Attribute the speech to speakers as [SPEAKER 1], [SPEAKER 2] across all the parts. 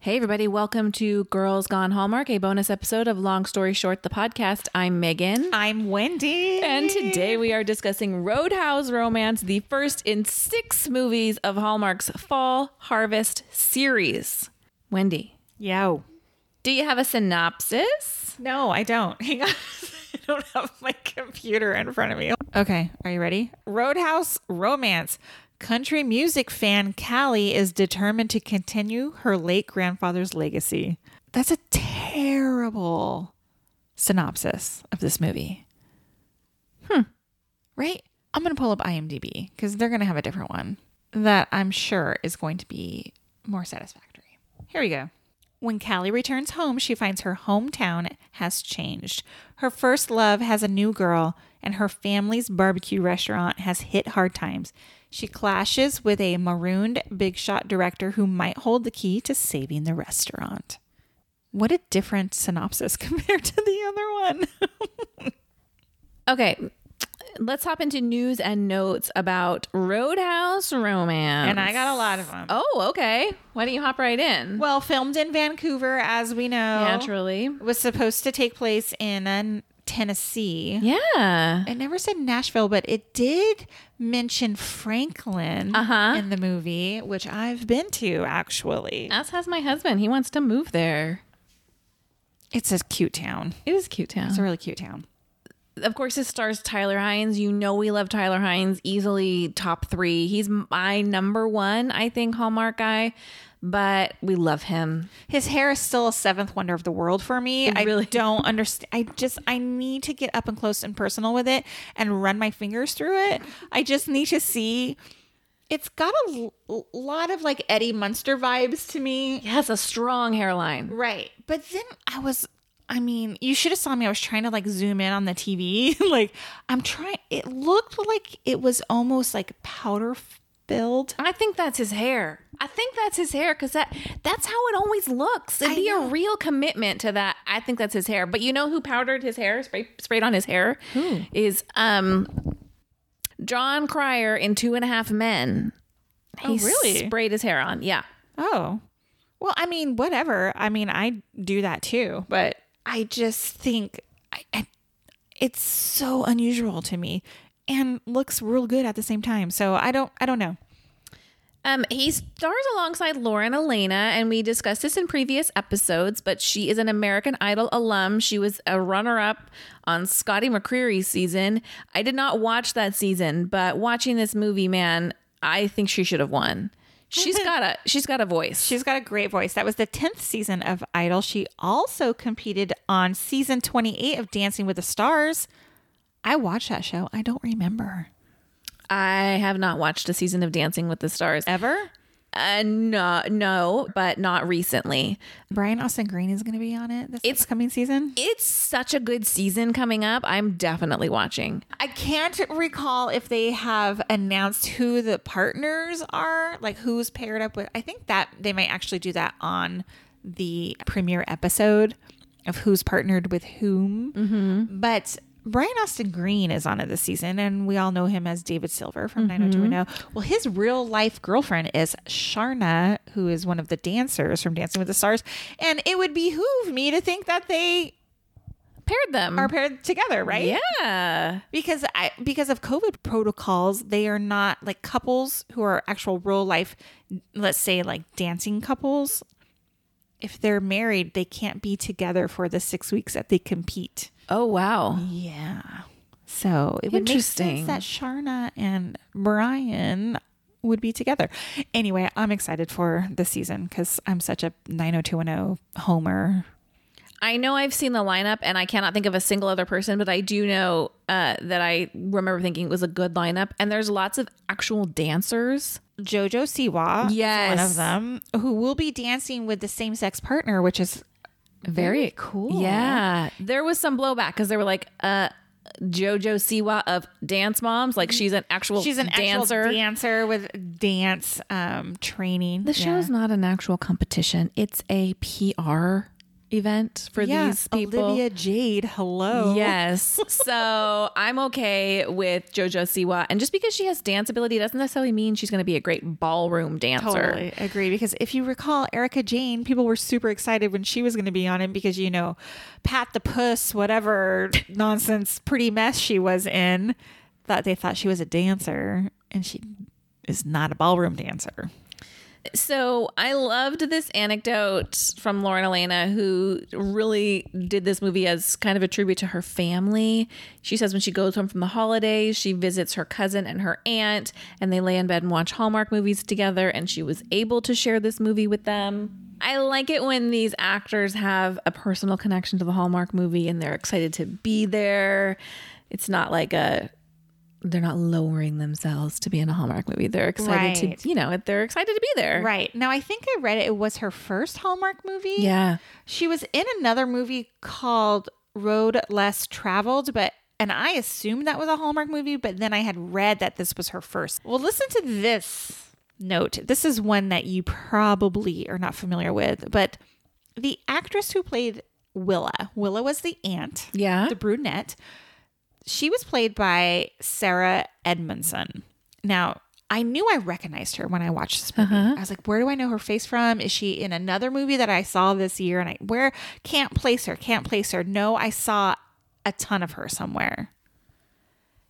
[SPEAKER 1] Hey, everybody, welcome to Girls Gone Hallmark, a bonus episode of Long Story Short, the podcast. I'm Megan.
[SPEAKER 2] I'm Wendy.
[SPEAKER 1] And today we are discussing Roadhouse Romance, the first in six movies of Hallmark's Fall Harvest series. Wendy,
[SPEAKER 2] Yo.
[SPEAKER 1] do you have a synopsis?
[SPEAKER 2] No, I don't. Hang on. I don't have my computer in front of me. Okay, are you ready? Roadhouse Romance. Country music fan Callie is determined to continue her late grandfather's legacy. That's a terrible synopsis of this movie. Hmm. Right? I'm going to pull up IMDb because they're going to have a different one that I'm sure is going to be more satisfactory. Here we go. When Callie returns home, she finds her hometown has changed. Her first love has a new girl, and her family's barbecue restaurant has hit hard times. She clashes with a marooned big shot director who might hold the key to saving the restaurant. What a different synopsis compared to the other one.
[SPEAKER 1] Okay, let's hop into news and notes about Roadhouse Romance.
[SPEAKER 2] And I got a lot of them.
[SPEAKER 1] Oh, okay. Why don't you hop right in?
[SPEAKER 2] Well, filmed in Vancouver, as we know,
[SPEAKER 1] Naturally.
[SPEAKER 2] was supposed to take place in uh, Tennessee.
[SPEAKER 1] Yeah.
[SPEAKER 2] It never said Nashville, but it did mention Franklin
[SPEAKER 1] Uh-huh.
[SPEAKER 2] in the movie, which I've been to actually.
[SPEAKER 1] As has my husband. He wants to move there.
[SPEAKER 2] It's a cute town.
[SPEAKER 1] It is a cute town.
[SPEAKER 2] It's a really cute town.
[SPEAKER 1] of course, it stars Tyler Hines. You know we love Tyler Hines. Easily top three. He's my number one, I think, Hallmark guy. But we love him.
[SPEAKER 2] His hair is still a seventh wonder of the world for me. I
[SPEAKER 1] Really?
[SPEAKER 2] don't understand. I just I need to get up and close and personal with it and run my fingers through it. I just need to see. It's got a l- lot of like Eddie Munster vibes to me.
[SPEAKER 1] He has a strong hairline.
[SPEAKER 2] Right. But then I was I mean, you should have saw me. I was trying to like zoom in on the TV. like I'm trying it looked like it was almost like powder filled.
[SPEAKER 1] I think that's his hair. I think that's his hair because that that's how it always looks. It'd
[SPEAKER 2] I
[SPEAKER 1] be
[SPEAKER 2] know.
[SPEAKER 1] a real commitment to that. I think that's his hair. But you know who powdered his hair, spray, sprayed on his hair? Is um John Cryer in Two and a Half Men. He
[SPEAKER 2] really?
[SPEAKER 1] sprayed his hair on. Yeah.
[SPEAKER 2] Oh. Well, I mean, whatever. I mean, I do that too, but I just think I, I it's so unusual to me and looks real good at the same time. So I don't I don't know.
[SPEAKER 1] Um, he stars alongside Lauren Elena, and we discussed this in previous episodes, but she is an American Idol alum. She was a runner up on Scotty McCreery's season. I did not watch that season, but watching this movie, man, I think she should have won. She's got a she's got a voice.
[SPEAKER 2] She's got a great voice. That was the 10th season of Idol. She also competed on season 28 of Dancing with the Stars. I watched that show. I don't remember.
[SPEAKER 1] I have not watched a season of Dancing with the Stars.
[SPEAKER 2] Ever?
[SPEAKER 1] Uh, no, no, but not recently.
[SPEAKER 2] Brian Austin Green is going to be on it this
[SPEAKER 1] It's-
[SPEAKER 2] coming season.
[SPEAKER 1] It's such a good season coming up. I'm definitely watching.
[SPEAKER 2] I can't recall if they have announced who the partners are, like who's paired up with. I think that they might actually do that on the premiere episode of who's partnered with whom. But Brian Austin Green is on it this season, and we all know him as David Silver from 90210. Well, his real life girlfriend is Sharna, who is one of the dancers from Dancing with the Stars. And it would behoove me to think that they
[SPEAKER 1] Paired them.
[SPEAKER 2] are paired together, right?
[SPEAKER 1] yeah.
[SPEAKER 2] because I because of COVID protocols, they are not like couples who are actual real life, let's say like dancing couples. If they're married, they can't be together for the six weeks that they compete.
[SPEAKER 1] Oh wow.
[SPEAKER 2] Yeah. So it would make sense
[SPEAKER 1] Interesting.
[SPEAKER 2] that Sharna and Brian would be together. Anyway, I'm excited for the season because I'm such a 90210 homer.
[SPEAKER 1] I know I've seen the lineup and I cannot think of a single other person, but I do know uh, that I remember thinking it was a good lineup and there's lots of actual dancers.
[SPEAKER 2] Jojo Siwa, is one
[SPEAKER 1] Yes.
[SPEAKER 2] of them, who will be dancing with the same sex partner, which is
[SPEAKER 1] Very cool. Yeah. There was some blowback because they were like, uh, Jojo Siwa of Dance Moms. Like she's an actual
[SPEAKER 2] she's an
[SPEAKER 1] dancer.
[SPEAKER 2] actual dancer with dance um training.
[SPEAKER 1] the show's not an actual competition. It's a PR event for
[SPEAKER 2] Yeah,
[SPEAKER 1] these people.
[SPEAKER 2] Olivia Jade, hello.
[SPEAKER 1] Yes. so I'm okay with JoJo Siwa. And just because she has dance ability doesn't necessarily mean she's going to be a great ballroom dancer.
[SPEAKER 2] Totally agree. Because if you recall, Erica Jane, people were super excited when she was going to be on it because, you know, Pat the Puss, whatever nonsense, pretty mess she was in, that they thought she was a dancer and she is not a ballroom dancer.
[SPEAKER 1] So I loved this anecdote from Lauren Elena, who really did this movie as kind of a tribute to her family. She says when she goes home from the holidays, she visits her cousin and her aunt, and they lay in bed and watch Hallmark movies together, and she was able to share this movie with them. I like it when these actors have a personal connection to the Hallmark movie and they're excited to be there. It's not like a they're not lowering themselves to be in a Hallmark movie. They're excited
[SPEAKER 2] Right.
[SPEAKER 1] to, you know, they're excited to be there.
[SPEAKER 2] Right. Now, I think I read it. It was her first Hallmark movie.
[SPEAKER 1] Yeah.
[SPEAKER 2] She was in another movie called Road Less Traveled, but and I assumed that was a Hallmark movie, but then I had read that this was her first. Well, listen to this note. This is one that you probably are not familiar with, but the actress who played Willa, Willa was the aunt,
[SPEAKER 1] Yeah.
[SPEAKER 2] the brunette. She was played by Sarah Edmondson. Now, I knew I recognized her when I watched this movie. I was like, where do I know her face from? Is she in another movie that I saw this year? And I where can't place her, can't place her. No, I saw a ton of her somewhere.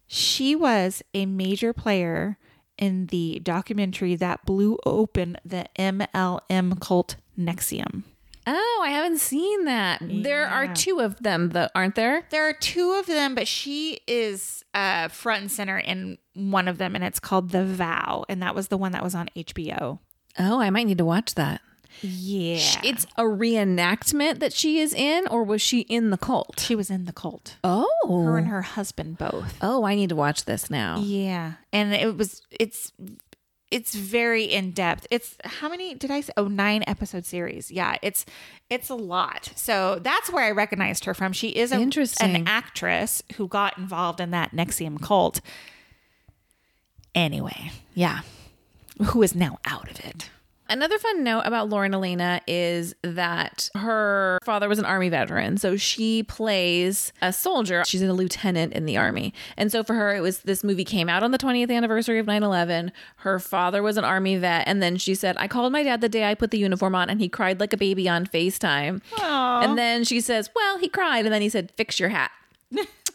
[SPEAKER 2] She was a major player in the documentary that blew open the MLM cult Nexium.
[SPEAKER 1] Oh, I haven't seen that. There are two of them, though, aren't there?
[SPEAKER 2] There are two of them, but she is uh, front and center in one of them, and it's called The Vow, and that was the one that was on HBO.
[SPEAKER 1] Oh, I might need to watch that.
[SPEAKER 2] Yeah,
[SPEAKER 1] Sh- It's a reenactment that she is in, or was she in the cult?
[SPEAKER 2] she was in the cult. Her
[SPEAKER 1] Oh.
[SPEAKER 2] and her husband both.
[SPEAKER 1] Oh, I need to watch this
[SPEAKER 2] Oh.
[SPEAKER 1] now.
[SPEAKER 2] Yeah, and it was it's it's very in depth. It's how many did I say? Oh, nine episode series. Yeah, it's it's a lot. So that's where I recognized her from. She is a,
[SPEAKER 1] Interesting.
[SPEAKER 2] an actress who got involved in that Nexium cult. Anyway, yeah, who is now out of it.
[SPEAKER 1] Another fun note about Lauren Elena is that her father was an army veteran. So she plays a soldier. She's a lieutenant in the army. And so for her, it was this movie came out on the 20th anniversary of 9 11. Her father was an army vet. And then she said, I called my dad the day I put the uniform on and he cried like a baby on FaceTime. And then she says, Well, he cried. And then he said, Fix your hat.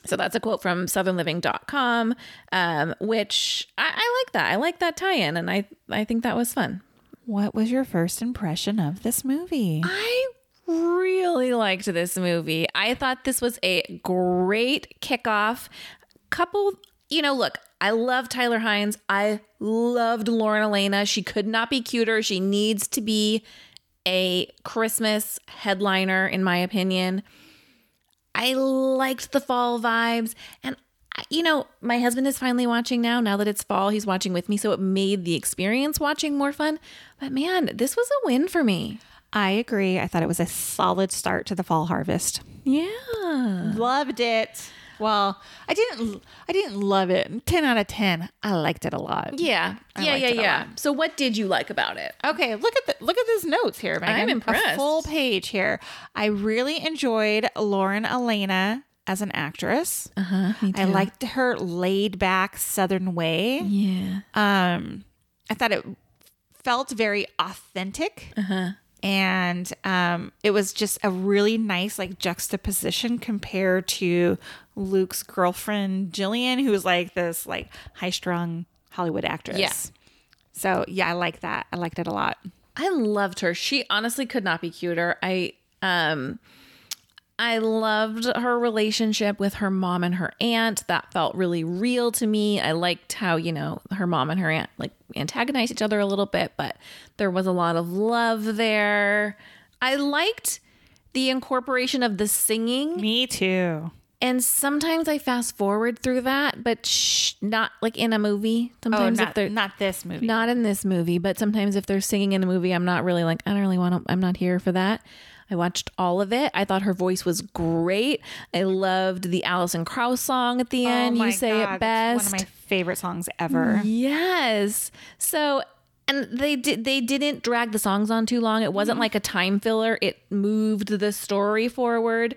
[SPEAKER 1] So that's a quote from southernliving.com, um, which I, I like that. I like that tie in. And I, I think that was fun.
[SPEAKER 2] What was your first impression of this movie?
[SPEAKER 1] I really liked this movie. I thought this was a great kickoff. Couple, you know, look, I love Tyler Hines. I loved Lauren Elena. She could not be cuter. She needs to be a Christmas headliner, in my opinion. I liked the fall vibes. And, I- you know, my husband is finally watching now. Now that it's fall, he's watching with me. So it made the experience watching more fun. But man, this was a win for me.
[SPEAKER 2] I agree. I thought it was a solid start to the fall harvest.
[SPEAKER 1] Yeah.
[SPEAKER 2] loved it well i didn't i didn't love it 10 out of 10 i liked it a lot
[SPEAKER 1] Yeah. yeah,
[SPEAKER 2] liked
[SPEAKER 1] yeah,
[SPEAKER 2] it a
[SPEAKER 1] yeah. So what did you like about it?
[SPEAKER 2] okay look at the look at these notes here Megan.
[SPEAKER 1] I'm impressed.
[SPEAKER 2] a full page here i really enjoyed lauren elena as an actress
[SPEAKER 1] Uh-huh.
[SPEAKER 2] i liked her laid back southern way
[SPEAKER 1] Yeah.
[SPEAKER 2] um i thought it felt very authentic
[SPEAKER 1] Uh-huh.
[SPEAKER 2] and um it was just a really nice like juxtaposition compared to luke's girlfriend jillian who was like this like high-strung hollywood actress
[SPEAKER 1] Yeah.
[SPEAKER 2] so yeah i like that i liked it a lot
[SPEAKER 1] I loved her. She honestly could not be cuter. I um I loved her relationship with her mom and her aunt. That felt really real to me. I liked how, you know, her mom and her aunt like antagonized each other a little bit, but there was a lot of love there. I liked the incorporation of the singing.
[SPEAKER 2] me too
[SPEAKER 1] And sometimes I fast forward through that, but shh, not like in a movie. Sometimes if
[SPEAKER 2] Oh, not,
[SPEAKER 1] they're
[SPEAKER 2] not this movie
[SPEAKER 1] not in this movie, but sometimes if they're singing in a movie, I'm not really like I don't really want to. I'm not here for that. I watched all of it. I thought her voice was great. I loved the Alison Krauss song at the
[SPEAKER 2] Oh
[SPEAKER 1] end.
[SPEAKER 2] my
[SPEAKER 1] you say
[SPEAKER 2] God,
[SPEAKER 1] it
[SPEAKER 2] that's
[SPEAKER 1] best.
[SPEAKER 2] one of my favorite songs ever
[SPEAKER 1] Yes. So and they did they didn't drag the songs on too long. It
[SPEAKER 2] Mm-hmm.
[SPEAKER 1] wasn't like a time filler. It moved the story forward.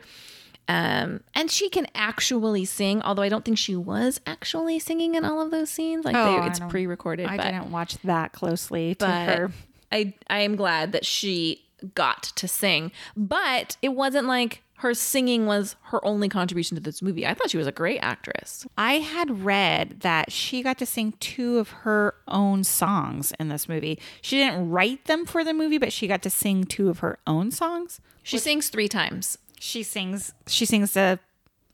[SPEAKER 1] Um, and she can actually sing, although I don't think she was actually singing in all of those scenes. Like
[SPEAKER 2] Oh,
[SPEAKER 1] they,
[SPEAKER 2] I
[SPEAKER 1] it's
[SPEAKER 2] don't-
[SPEAKER 1] pre-recorded.
[SPEAKER 2] I
[SPEAKER 1] but
[SPEAKER 2] didn't watch that closely to
[SPEAKER 1] but
[SPEAKER 2] her.
[SPEAKER 1] I I am glad that she got to sing. But it wasn't like her singing was her only contribution to this movie. I thought she was a great actress.
[SPEAKER 2] I had read that she got to sing two of her own songs in this movie. She didn't write them for the movie, but she got to sing two of her own songs.
[SPEAKER 1] She sings three times.
[SPEAKER 2] She sings she sings the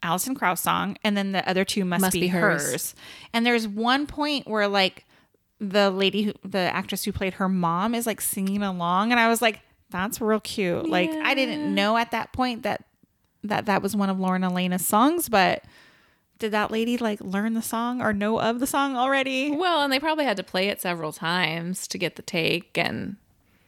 [SPEAKER 2] Alison Krauss song and then the other two must,
[SPEAKER 1] Must
[SPEAKER 2] be,
[SPEAKER 1] Be
[SPEAKER 2] hers.
[SPEAKER 1] Hers.
[SPEAKER 2] And there's one point where like the lady who the actress who played her mom is like singing along and I was like that's real cute. Like I didn't know at that point that that that was one of Lauren Elena's songs, but did that lady like learn the song or know of the song already?
[SPEAKER 1] Well, and they probably had to play it several times to get the take and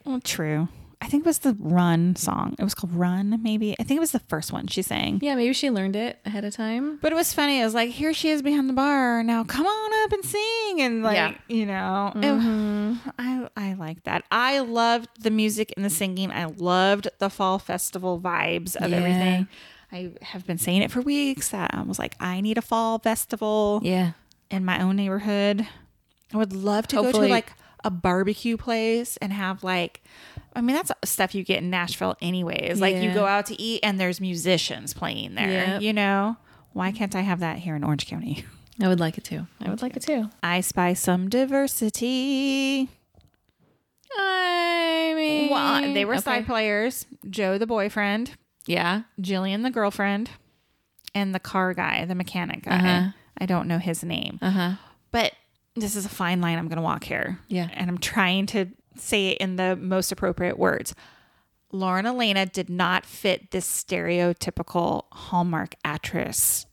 [SPEAKER 2] Well, true. I think it was the Run song. It was called Run, maybe. I think it was the first one she sang.
[SPEAKER 1] yeah, maybe she learned it ahead of time.
[SPEAKER 2] But it was funny. It was like, here she is behind the bar. Now come on up and sing. And like,
[SPEAKER 1] Yeah. Mm-hmm.
[SPEAKER 2] you know, it- I, I like that. I loved the music and the singing. I loved the fall festival vibes of
[SPEAKER 1] Yeah.
[SPEAKER 2] everything. I have been saying it for weeks that I was like, I need a fall festival
[SPEAKER 1] Yeah.
[SPEAKER 2] in my own neighborhood. I would love to go
[SPEAKER 1] Hopefully-
[SPEAKER 2] to like a barbecue place and have like, I mean, that's stuff you get in Nashville, anyways. Like, you
[SPEAKER 1] Yeah.
[SPEAKER 2] go out to eat and there's musicians playing there,
[SPEAKER 1] Yep.
[SPEAKER 2] you know? Why can't I have that here in Orange County?
[SPEAKER 1] I would like it too. I would like it too.
[SPEAKER 2] I spy some diversity.
[SPEAKER 1] I mean,
[SPEAKER 2] Well, they were
[SPEAKER 1] okay.
[SPEAKER 2] side players Joe, the boyfriend,
[SPEAKER 1] Yeah.
[SPEAKER 2] Jillian, the girlfriend, and the car guy, the mechanic guy. I don't know his name.
[SPEAKER 1] Uh-huh.
[SPEAKER 2] but this is a fine line I'm going to walk here.
[SPEAKER 1] Yeah.
[SPEAKER 2] And I'm trying to say it in the most appropriate words. Lauren Elena did not fit this stereotypical Hallmark actress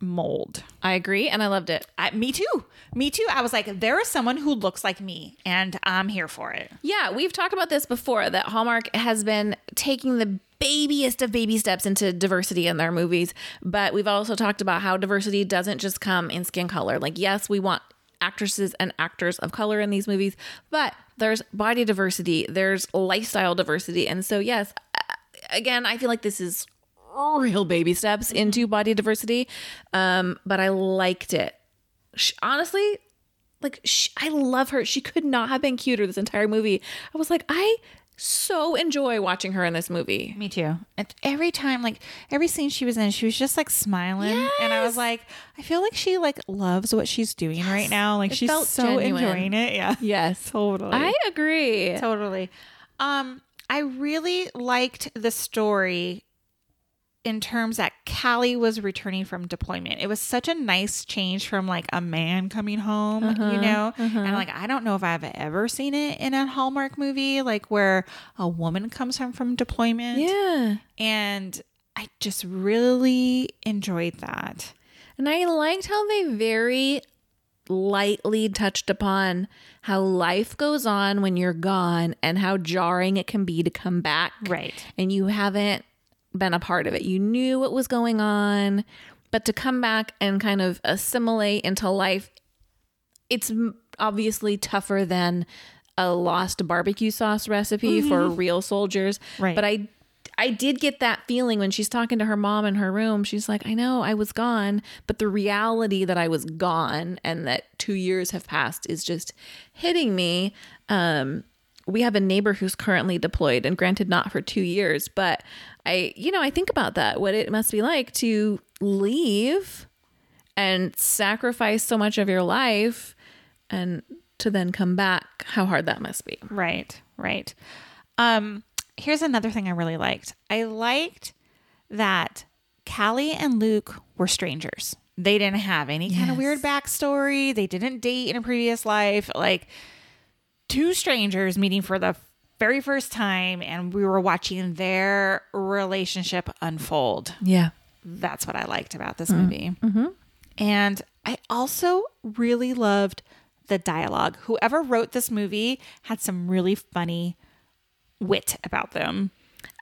[SPEAKER 2] mold.
[SPEAKER 1] I agree and I loved it.
[SPEAKER 2] I, me too. Me too. I was like, there is someone who looks like me, and I'm here for it.
[SPEAKER 1] Yeah, we've talked about this before that Hallmark has been taking the babyest of baby steps into diversity in their movies, but we've also talked about how diversity doesn't just come in skin color. Like, yes, we want actresses and actors of color in these movies, but there's body diversity, there's lifestyle diversity. And so, yes, uh, again, I feel like this is real baby steps into body diversity, um, but I liked it. Sh honestly, like sh I love her. She could not have been cuter this entire movie. I was like, I so enjoy watching her in this movie.
[SPEAKER 2] Me too. And every time, like every scene she was in, she was just like smiling, and I was like, I feel like she like loves what she's doing right now. Like she's
[SPEAKER 1] felt
[SPEAKER 2] so
[SPEAKER 1] genuine.
[SPEAKER 2] enjoying it. Yeah.
[SPEAKER 1] Yes,
[SPEAKER 2] Totally.
[SPEAKER 1] I agree.
[SPEAKER 2] totally. Um, I really liked the story in terms that Callie was returning from deployment. It was such a nice change from like a man coming home,
[SPEAKER 1] Uh-huh.
[SPEAKER 2] you know? And like, I don't know if I've ever seen it in a Hallmark movie, like where a woman comes home from deployment.
[SPEAKER 1] Yeah,
[SPEAKER 2] And I just really enjoyed that.
[SPEAKER 1] and I liked how they very lightly touched upon how life goes on when you're gone and how jarring it can be to come back.
[SPEAKER 2] Right.
[SPEAKER 1] and you haven't been a part of it. You knew what was going on, but to come back and kind of assimilate into life, it's m- obviously tougher than a lost barbecue sauce recipe for real soldiers.
[SPEAKER 2] Right.
[SPEAKER 1] But I I did get that feeling when she's talking to her mom in her room. She's like, "I know I was gone, but the reality that I was gone and that 2 years have passed is just hitting me." Um we have a neighbor who's currently deployed and granted not for two years but i you know i think about that what it must be like to leave and sacrifice so much of your life and to then come back how hard that must be
[SPEAKER 2] Right, right. Um, here's another thing I really liked. I liked that Callie and Luke were strangers. They didn't have any kind of weird backstory. They didn't date in a previous life. Like two strangers meeting for the very first time, and we were watching their relationship unfold
[SPEAKER 1] yeah
[SPEAKER 2] that's what I liked about this movie. And I also really loved the dialogue. Whoever wrote this movie had some really funny wit about them.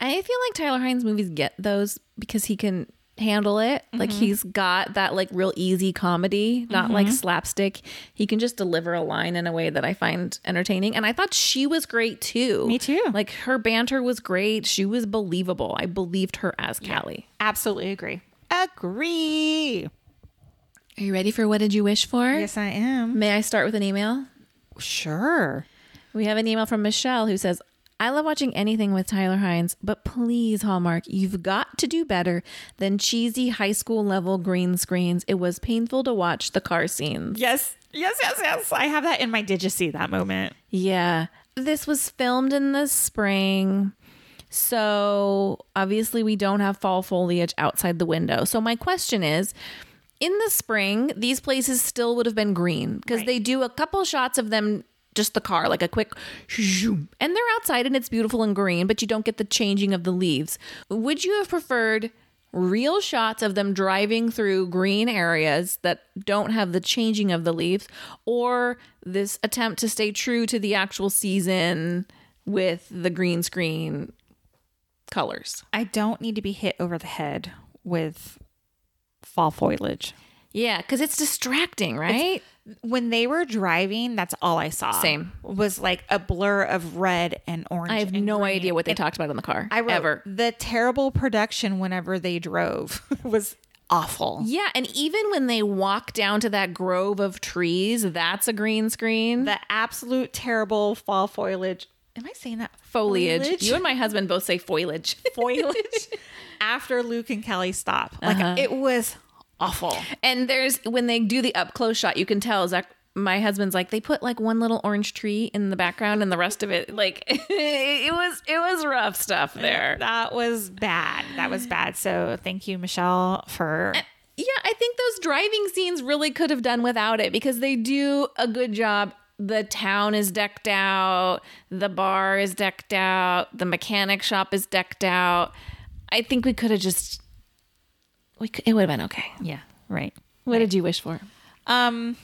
[SPEAKER 1] i feel like tyler hines movies get those because he can handle it. Like he's got that like real easy comedy, not like slapstick. He can just deliver a line in a way that I find entertaining. And I thought she was great too.
[SPEAKER 2] Me too.
[SPEAKER 1] Like her banter was great. She was believable. I believed her as Callie.
[SPEAKER 2] Absolutely agree. Agree.
[SPEAKER 1] Are you ready for what did you wish for?
[SPEAKER 2] Yes, I am.
[SPEAKER 1] May I start with an email?
[SPEAKER 2] Sure.
[SPEAKER 1] We have an email from Michelle who says, I love watching anything with Tyler Hines, but please, Hallmark, you've got to do better than cheesy high school level green screens. It was painful to watch the car scenes.
[SPEAKER 2] Yes. Yes, yes, yes. I have that in my digicy that moment.
[SPEAKER 1] Yeah. This was filmed in the spring. So obviously, we don't have fall foliage outside the window. So, my question is in the spring, these places still would have been green because
[SPEAKER 2] Right.
[SPEAKER 1] they do a couple shots of them, just the car, like a quick zoom, and they're outside and it's beautiful and green, but you don't get the changing of the leaves. Would you have preferred? Real shots of them driving through green areas that don't have the changing of the leaves, or this attempt to stay true to the actual season with the green screen colors.
[SPEAKER 2] I don't need to be hit over the head with fall foliage.
[SPEAKER 1] Yeah, because it's distracting, right?
[SPEAKER 2] When they were driving, that's all I saw.
[SPEAKER 1] Same.
[SPEAKER 2] Was like a blur of red and orange.
[SPEAKER 1] I have no idea what they talked about in the car.
[SPEAKER 2] I wrote,
[SPEAKER 1] ever.
[SPEAKER 2] The terrible production whenever they drove was awful.
[SPEAKER 1] Yeah, and even when they walk down to that grove of trees, that's a green screen.
[SPEAKER 2] The absolute terrible fall foliage. Am I saying that?
[SPEAKER 1] foliage.
[SPEAKER 2] Foliage?
[SPEAKER 1] You and my husband both say foliage. Uh-huh.
[SPEAKER 2] foliage after Luke and Kelly stop. Like it was awful.
[SPEAKER 1] and there's when they do the up close shot, you can tell Zach my husband's like they put like one little orange tree in the background and the rest of it like it was it was rough stuff there.
[SPEAKER 2] That was bad. That was bad. So thank you, Michelle, for
[SPEAKER 1] Yeah, I think those driving scenes really could have done without it because they do a good job. The town is decked out, the bar is decked out, the mechanic shop is decked out. I think we could have just we could, it would have been okay.
[SPEAKER 2] yeah, right.
[SPEAKER 1] What did you wish for?
[SPEAKER 2] Um,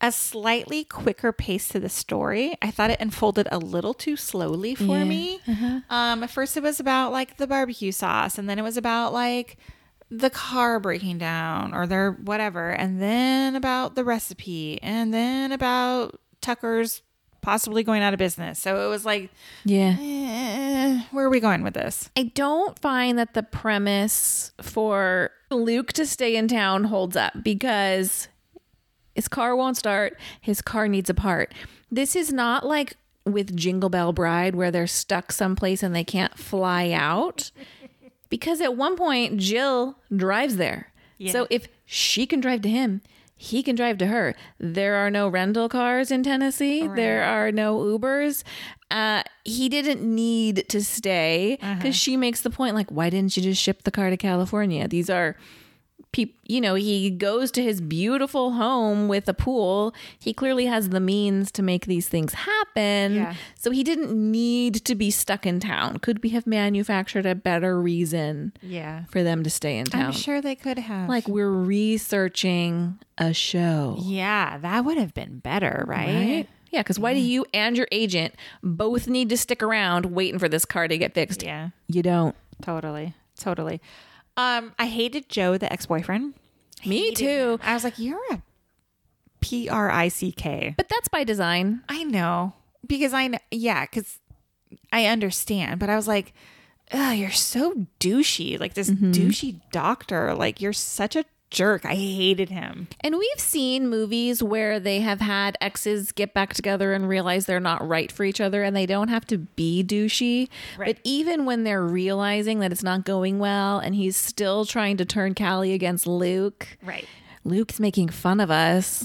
[SPEAKER 2] a slightly quicker pace to the story. I thought it unfolded a little too slowly for me. Um, at first it was about like the barbecue sauce, and then it was about like the car breaking down or their whatever, and then about the recipe, and then about Tucker's possibly going out of business. So it was like,
[SPEAKER 1] Yeah.
[SPEAKER 2] eh, where are we going with this?
[SPEAKER 1] I don't find that the premise for Luke to stay in town holds up because his car won't start, his car needs a part. This is not like with Jingle Bell Bride where they're stuck someplace and they can't fly out because at one point Jill drives there. So if she can drive to him, he can drive to her. There are no rental cars in Tennessee. There are no Ubers. Uh, he didn't need to stay because she makes the point like, why didn't you just ship the car to California? These are peop you know he goes to his beautiful home with a pool he clearly has the means to make these things happen
[SPEAKER 2] Yeah.
[SPEAKER 1] so he didn't need to be stuck in town could we have manufactured a better reason
[SPEAKER 2] Yeah,
[SPEAKER 1] for them to stay in
[SPEAKER 2] I'm
[SPEAKER 1] town
[SPEAKER 2] sure they could have.
[SPEAKER 1] like we're researching a show
[SPEAKER 2] yeah, that would have been better,
[SPEAKER 1] right yeah because why do you and your agent both need to stick around waiting for this car to get fixed
[SPEAKER 2] Yeah.
[SPEAKER 1] you don't
[SPEAKER 2] Totally. Totally. Um, I hated Joe, the ex boyfriend.
[SPEAKER 1] me too
[SPEAKER 2] I was like, you're a P R I C K.
[SPEAKER 1] but that's by design
[SPEAKER 2] I know. Because I know, yeah, because I understand. But I was like, Ugh, you're so douchey. Like this douchey doctor. Like you're such a jerk. I hated him.
[SPEAKER 1] And we've seen movies where they have had exes get back together and realize they're not right for each other and they don't have to be douchey. But even when they're realizing that it's not going well and he's still trying to turn Callie against Luke,
[SPEAKER 2] Right.
[SPEAKER 1] Luke's making fun of us.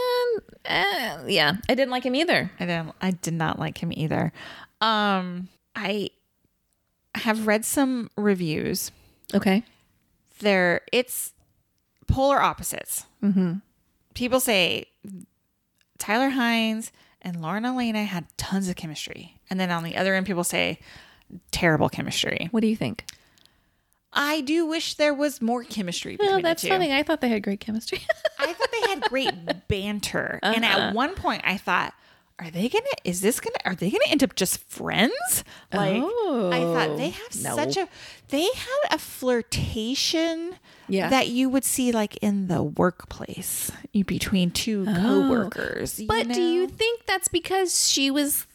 [SPEAKER 1] And, uh, yeah, I didn't like him either.
[SPEAKER 2] I didn't I did not like him either. Um I have read some reviews
[SPEAKER 1] Okay.
[SPEAKER 2] they're it's polar opposites. Mm-hmm. People say Tyler Hines and Lauren Elena had tons of chemistry, and then on the other end, people say terrible chemistry.
[SPEAKER 1] What do you think?
[SPEAKER 2] I do wish there was more chemistry between
[SPEAKER 1] Well, that's
[SPEAKER 2] the two.
[SPEAKER 1] something I thought they had great chemistry. Uh-huh.
[SPEAKER 2] I thought they had great banter, and at one point, I thought. are they gonna is this gonna are they gonna end up just friends like i
[SPEAKER 1] Oh,
[SPEAKER 2] thought they have
[SPEAKER 1] no.
[SPEAKER 2] such a they had a flirtation
[SPEAKER 1] Yeah.
[SPEAKER 2] that you would see like in the workplace you- between two coworkers Oh, you
[SPEAKER 1] But do you
[SPEAKER 2] know?
[SPEAKER 1] think that's because she was,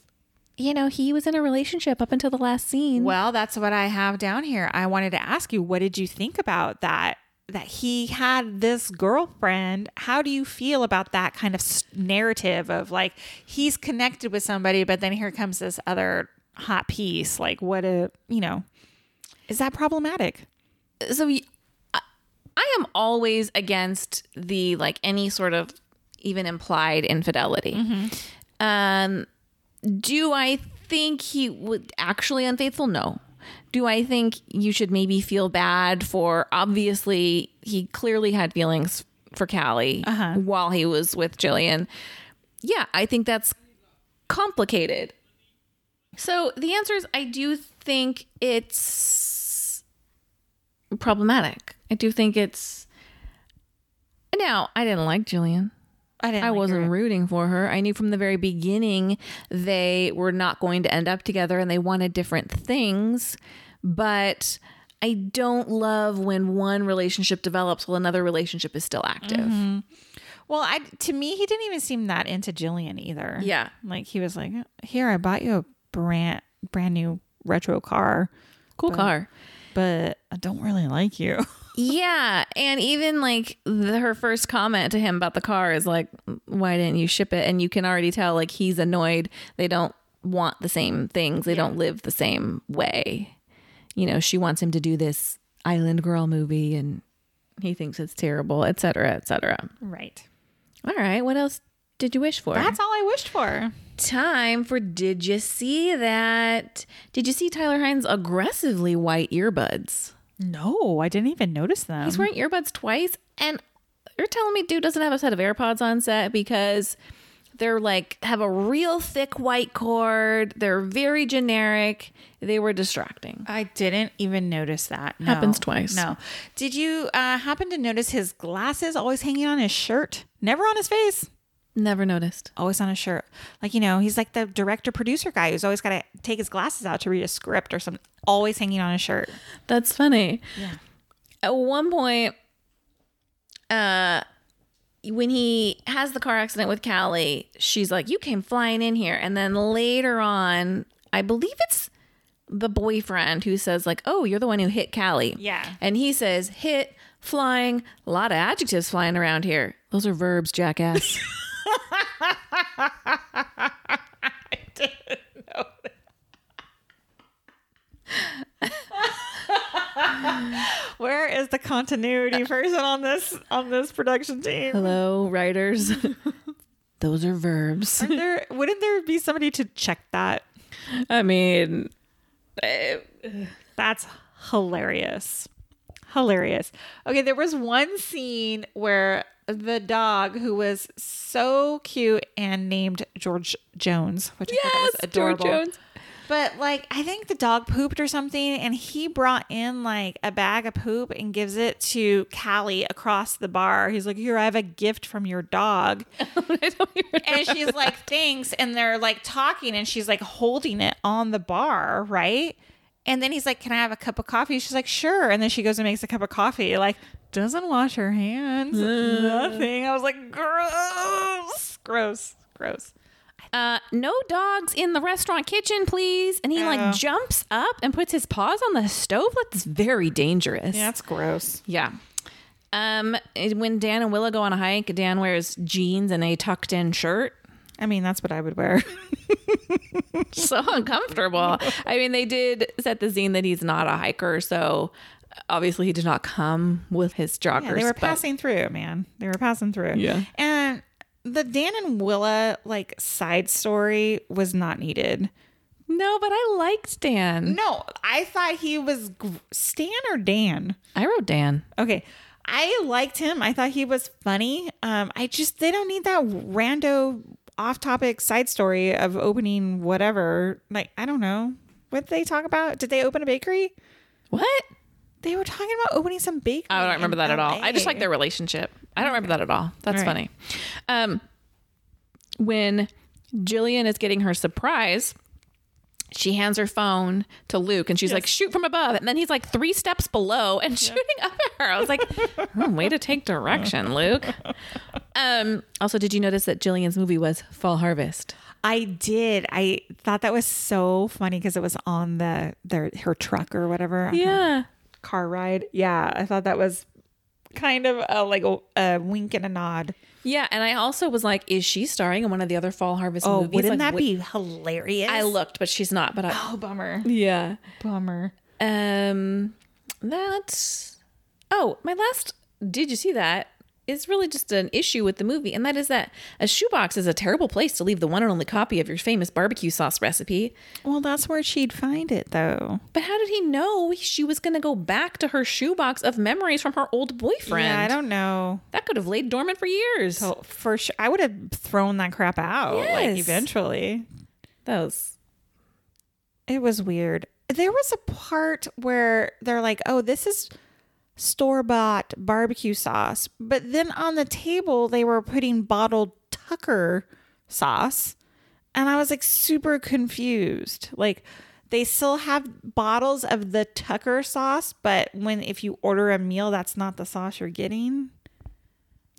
[SPEAKER 1] you know, he was in a relationship up until the last scene?
[SPEAKER 2] well that's what i have down here i wanted to ask you what did you think about that that he had this girlfriend how do you feel about that kind of s- narrative of like he's connected with somebody but then here comes this other hot piece like what a you know is that problematic
[SPEAKER 1] so y- I, I am always against the like any sort of even implied infidelity. Um, do I think he would actually unfaithful? No. Do I think you should maybe feel bad for obviously he clearly had feelings for Callie while he was with Jillian? Yeah, I think that's complicated. So the answer is I do think it's problematic. I do think it's. Now, I didn't like Jillian.
[SPEAKER 2] i didn't
[SPEAKER 1] I
[SPEAKER 2] like
[SPEAKER 1] wasn't
[SPEAKER 2] her.
[SPEAKER 1] rooting for her. I knew from the very beginning they were not going to end up together and they wanted different things. But I don't love when one relationship develops while another relationship is still active.
[SPEAKER 2] Well, I to me he didn't even seem that into Jillian either.
[SPEAKER 1] Yeah.
[SPEAKER 2] like he was like, "Here, I bought you a brand brand new retro car,
[SPEAKER 1] Cool car.
[SPEAKER 2] but I don't really like you."
[SPEAKER 1] Yeah, and even like the, her first comment to him about the car is like, "Why didn't you ship it?" And you can already tell like he's annoyed. They don't want the same things. They don't live the same way. You know, she wants him to do this Island Girl movie, and he thinks it's terrible, et cetera, et cetera.
[SPEAKER 2] Right.
[SPEAKER 1] All right, what else did you wish for?
[SPEAKER 2] That's all I wished for.
[SPEAKER 1] time for did you see that? Did you see Tyler Hines aggressively white earbuds?
[SPEAKER 2] No, I didn't even notice them.
[SPEAKER 1] He's wearing earbuds twice, and you're telling me dude doesn't have a set of AirPods on set because they're like have a real thick white cord. They're very generic. They were distracting.
[SPEAKER 2] I didn't even notice that. No.
[SPEAKER 1] Happens twice.
[SPEAKER 2] No. Did you uh, happen to notice his glasses always hanging on his shirt, never on his face?
[SPEAKER 1] Never noticed.
[SPEAKER 2] always on his shirt. Like, you know, he's like the director producer guy who's always got to take his glasses out to read a script or something, always hanging on his shirt.
[SPEAKER 1] That's funny. At one point, uh, when he has the car accident with Callie, she's like, "You came flying in here," and then later on, I believe it's the boyfriend who says like, "Oh, you're the one who hit Callie."
[SPEAKER 2] Yeah.
[SPEAKER 1] and he says, "Hit." Flying, a lot of adjectives flying around here. Those are verbs, jackass.
[SPEAKER 2] Where is the continuity person on this on this production team?
[SPEAKER 1] Hello, writers. Those are verbs.
[SPEAKER 2] There wouldn't there be somebody to check that?
[SPEAKER 1] I mean, eh,
[SPEAKER 2] That's hilarious. Hilarious. Okay, there was one scene where the dog who was so cute and named George Jones, which I thought was adorable. But like I think the dog pooped or something and he brought in like a bag of poop and gives it to Callie across the bar. He's like, "Here, I have a gift from your dog."
[SPEAKER 1] I don't even
[SPEAKER 2] And she's like, "Thanks." And they're like talking and she's like holding it on the bar, right? And then he's like, "Can I have a cup of coffee?" She's like, "Sure." And then she goes and makes a cup of coffee. Like doesn't wash her hands. Nothing. I was like, "Gross. Gross. Gross."
[SPEAKER 1] uh, no dogs in the restaurant kitchen, please. And he
[SPEAKER 2] Oh.
[SPEAKER 1] like jumps up and puts his paws on the stove. That's very dangerous.
[SPEAKER 2] that's gross.
[SPEAKER 1] Yeah. Um, and when Dan and Willa go on a hike, Dan wears jeans and a tucked in shirt.
[SPEAKER 2] I mean, that's what I would wear.
[SPEAKER 1] So uncomfortable. I mean, they did set the scene that he's not a hiker. So obviously he did not come with his joggers.
[SPEAKER 2] Yeah, they were
[SPEAKER 1] but-
[SPEAKER 2] passing through, man. They were passing through.
[SPEAKER 1] Yeah.
[SPEAKER 2] And the Dan and Willa like side story was not needed.
[SPEAKER 1] no, but I liked Dan.
[SPEAKER 2] No, I thought he was gr- Stan or Dan.
[SPEAKER 1] I wrote Dan.
[SPEAKER 2] Okay. I liked him. I thought he was funny. Um, I just they don't need that rando off-topic side story of opening whatever. Like I don't know what did they talk about. Did they open a bakery?
[SPEAKER 1] What?
[SPEAKER 2] They were talking about opening some bakery.
[SPEAKER 1] I don't remember
[SPEAKER 2] in
[SPEAKER 1] that at all.
[SPEAKER 2] LA.
[SPEAKER 1] I just like their relationship. I don't remember that at all. That's
[SPEAKER 2] All
[SPEAKER 1] funny.
[SPEAKER 2] right.
[SPEAKER 1] Um, when Jillian is getting her surprise. She hands her phone to Luke and she's like, shoot from above. And then he's like three steps below and shooting up at her. I was like, "Oh, way to take direction, Luke. Um, also, did you notice that Jillian's movie was Fall Harvest?
[SPEAKER 2] I did. I thought that was so funny because it was on the their her truck or whatever. on her
[SPEAKER 1] Yeah.
[SPEAKER 2] car ride. Yeah, I thought that was kind of a, like a, a wink and a nod.
[SPEAKER 1] Yeah. And I also was like, is she starring in one of the other Fall Harvest
[SPEAKER 2] Oh,
[SPEAKER 1] movies? Like,
[SPEAKER 2] wouldn't that
[SPEAKER 1] wh-
[SPEAKER 2] be hilarious?
[SPEAKER 1] I looked, but she's not. But I.
[SPEAKER 2] oh, bummer.
[SPEAKER 1] Yeah.
[SPEAKER 2] Bummer.
[SPEAKER 1] Um, that. Oh, my last. Did you see that? Is really just an issue with the movie, and that is that a shoebox is a terrible place to leave the one and only copy of your famous barbecue sauce recipe.
[SPEAKER 2] Well, that's where she'd find it though.
[SPEAKER 1] But how did he know she was going to go back to her shoebox of memories from her old boyfriend?
[SPEAKER 2] Yeah, I don't know.
[SPEAKER 1] That could have laid dormant for years.
[SPEAKER 2] Oh, for sure, I would have thrown that crap out. Like
[SPEAKER 1] Yes.
[SPEAKER 2] eventually,
[SPEAKER 1] That was
[SPEAKER 2] it was weird. There was a part where they're like, "Oh, this is store bought barbecue sauce," but then on the table they were putting bottled Tucker sauce, and I was like super confused. Like they still have bottles of the Tucker sauce, but when if you order a meal, that's not the sauce you're getting.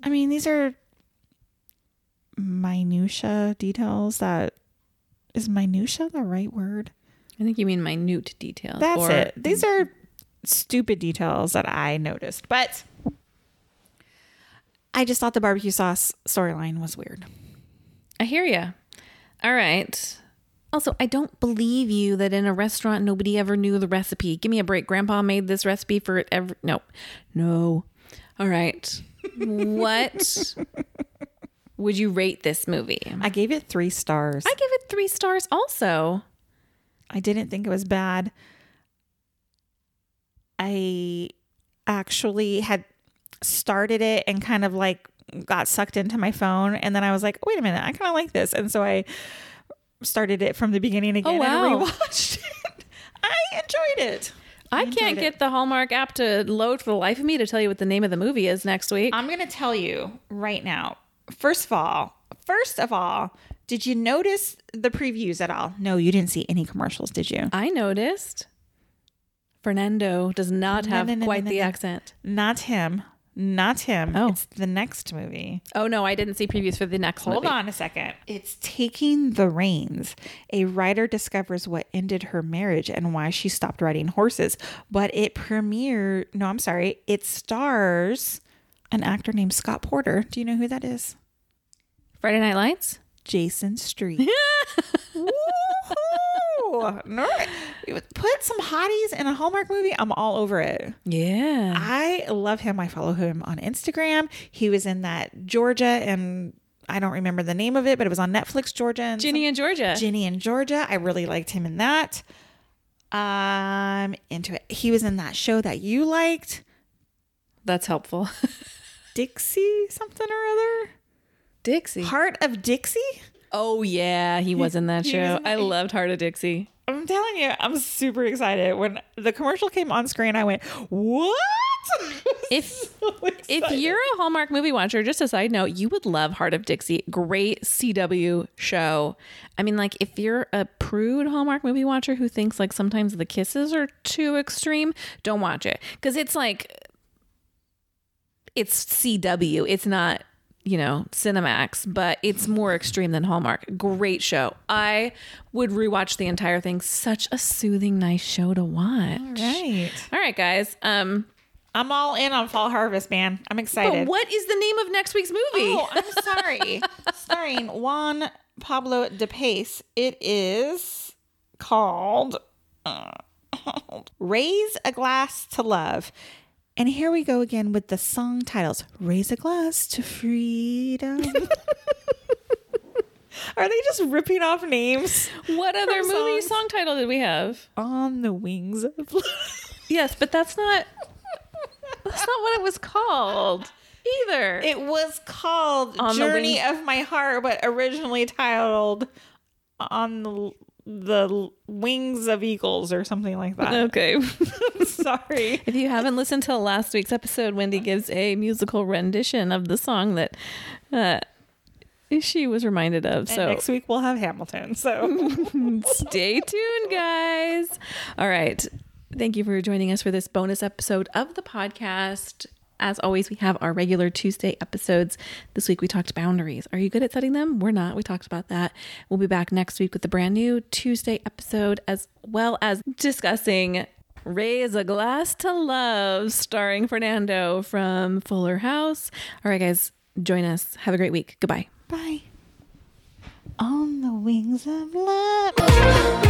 [SPEAKER 2] I mean, these are minutia details that is minutia the right word?
[SPEAKER 1] I think you mean minute details.
[SPEAKER 2] That's
[SPEAKER 1] or-
[SPEAKER 2] it. These are stupid details that I noticed, but I just thought the barbecue sauce storyline was weird.
[SPEAKER 1] I hear ya. All right. Also, I don't believe you that in a restaurant nobody ever knew the recipe. Give me a break. Grandpa made this recipe for every. No, no. All right. what would you rate this movie?
[SPEAKER 2] I gave it three stars.
[SPEAKER 1] I
[SPEAKER 2] I,
[SPEAKER 1] give it three stars. Also,
[SPEAKER 2] didn't think it was bad. I actually had started it and kind of like got sucked into my phone, and then I was like, wait a minute, I kind of like this, and so I started it from the beginning again and
[SPEAKER 1] Oh, wow.
[SPEAKER 2] rewatched it. I enjoyed it.
[SPEAKER 1] I can't
[SPEAKER 2] enjoyed
[SPEAKER 1] get the Hallmark app to load for the life of me to tell you what the name of the movie is next week.
[SPEAKER 2] I'm gonna tell you right now. First of all, first of all, did you notice the previews at all? No, you didn't see any commercials, did you?
[SPEAKER 1] I noticed Fernando does not have
[SPEAKER 2] no, no,
[SPEAKER 1] quite
[SPEAKER 2] no,
[SPEAKER 1] the
[SPEAKER 2] no.
[SPEAKER 1] accent.
[SPEAKER 2] Not him. Not him.
[SPEAKER 1] Oh.
[SPEAKER 2] It's the next movie.
[SPEAKER 1] Oh no, I didn't see previews for the next
[SPEAKER 2] Hold
[SPEAKER 1] movie.
[SPEAKER 2] on a second. It's Taking the Reins. A writer discovers what ended her marriage and why she stopped riding horses. But it premiered, no, I'm sorry, it stars an actor named Scott Porter. Do you know who that is?
[SPEAKER 1] Friday Night Lights.
[SPEAKER 2] Jason Street. Woohoo! No, Put some hotties in a Hallmark movie. I'm all over it.
[SPEAKER 1] Yeah.
[SPEAKER 2] I love him. I follow him on Instagram. He was in that Georgia and I don't remember the name of it, but it was on Netflix, Georgia. And
[SPEAKER 1] Ginny and Georgia.
[SPEAKER 2] Ginny and Georgia. I really liked him in that. I'm into it. He was in that show that you liked,
[SPEAKER 1] That's helpful.
[SPEAKER 2] Dixie something or other.
[SPEAKER 1] Dixie.
[SPEAKER 2] Heart of Dixie?
[SPEAKER 1] Oh yeah, he was in that
[SPEAKER 2] He
[SPEAKER 1] show.
[SPEAKER 2] was in
[SPEAKER 1] I
[SPEAKER 2] that-
[SPEAKER 1] loved Heart of Dixie.
[SPEAKER 2] I'm telling you, I'm super excited. When the commercial came on screen, I went, "What?"
[SPEAKER 1] If
[SPEAKER 2] So
[SPEAKER 1] if
[SPEAKER 2] excited.
[SPEAKER 1] you're a Hallmark movie watcher, just a side note, you would love Heart of Dixie. Great CW show. I mean, like if you're a prude Hallmark movie watcher who thinks like sometimes the kisses are too extreme, don't watch it because it's like it's CW. It's not, you know, Cinemax, but it's more extreme than Hallmark. Great show. I would rewatch the entire thing. Such a soothing, nice show to watch.
[SPEAKER 2] right,
[SPEAKER 1] All right, guys. Um,
[SPEAKER 2] I'm all in on Fall Harvest, man. I'm excited.
[SPEAKER 1] but what is the name of next week's movie?
[SPEAKER 2] Oh, I'm sorry. Starring Juan Pablo De Pace. It is called uh, "Raise a Glass to Love." And here we go again with the song titles. Raise a glass to freedom. Are they just ripping off names?
[SPEAKER 1] What other
[SPEAKER 2] From
[SPEAKER 1] movie
[SPEAKER 2] songs.
[SPEAKER 1] song title did we have?
[SPEAKER 2] On the wings of love.
[SPEAKER 1] Yes, but that's not that's not what it was called either.
[SPEAKER 2] It was called
[SPEAKER 1] On the
[SPEAKER 2] Journey of My Heart, but originally titled On the, the Wings of Eagles or something like that.
[SPEAKER 1] okay.
[SPEAKER 2] Sorry.
[SPEAKER 1] if you haven't listened to last week's episode, Wendy gives a musical rendition of the song that uh, she was reminded of. So
[SPEAKER 2] next week we'll have Hamilton. So
[SPEAKER 1] Stay tuned, guys. All right. Thank you for joining us for this bonus episode of the podcast. As always, we have our regular Tuesday episodes. This week we talked boundaries. Are you good at setting them? We're not. We talked about that. We'll be back next week with the brand new Tuesday episode, as well as discussing Raise a Glass to Love, starring Fernando from Fuller House. All right, guys, join us. Have a great week. Goodbye.
[SPEAKER 2] bye. On the wings of love.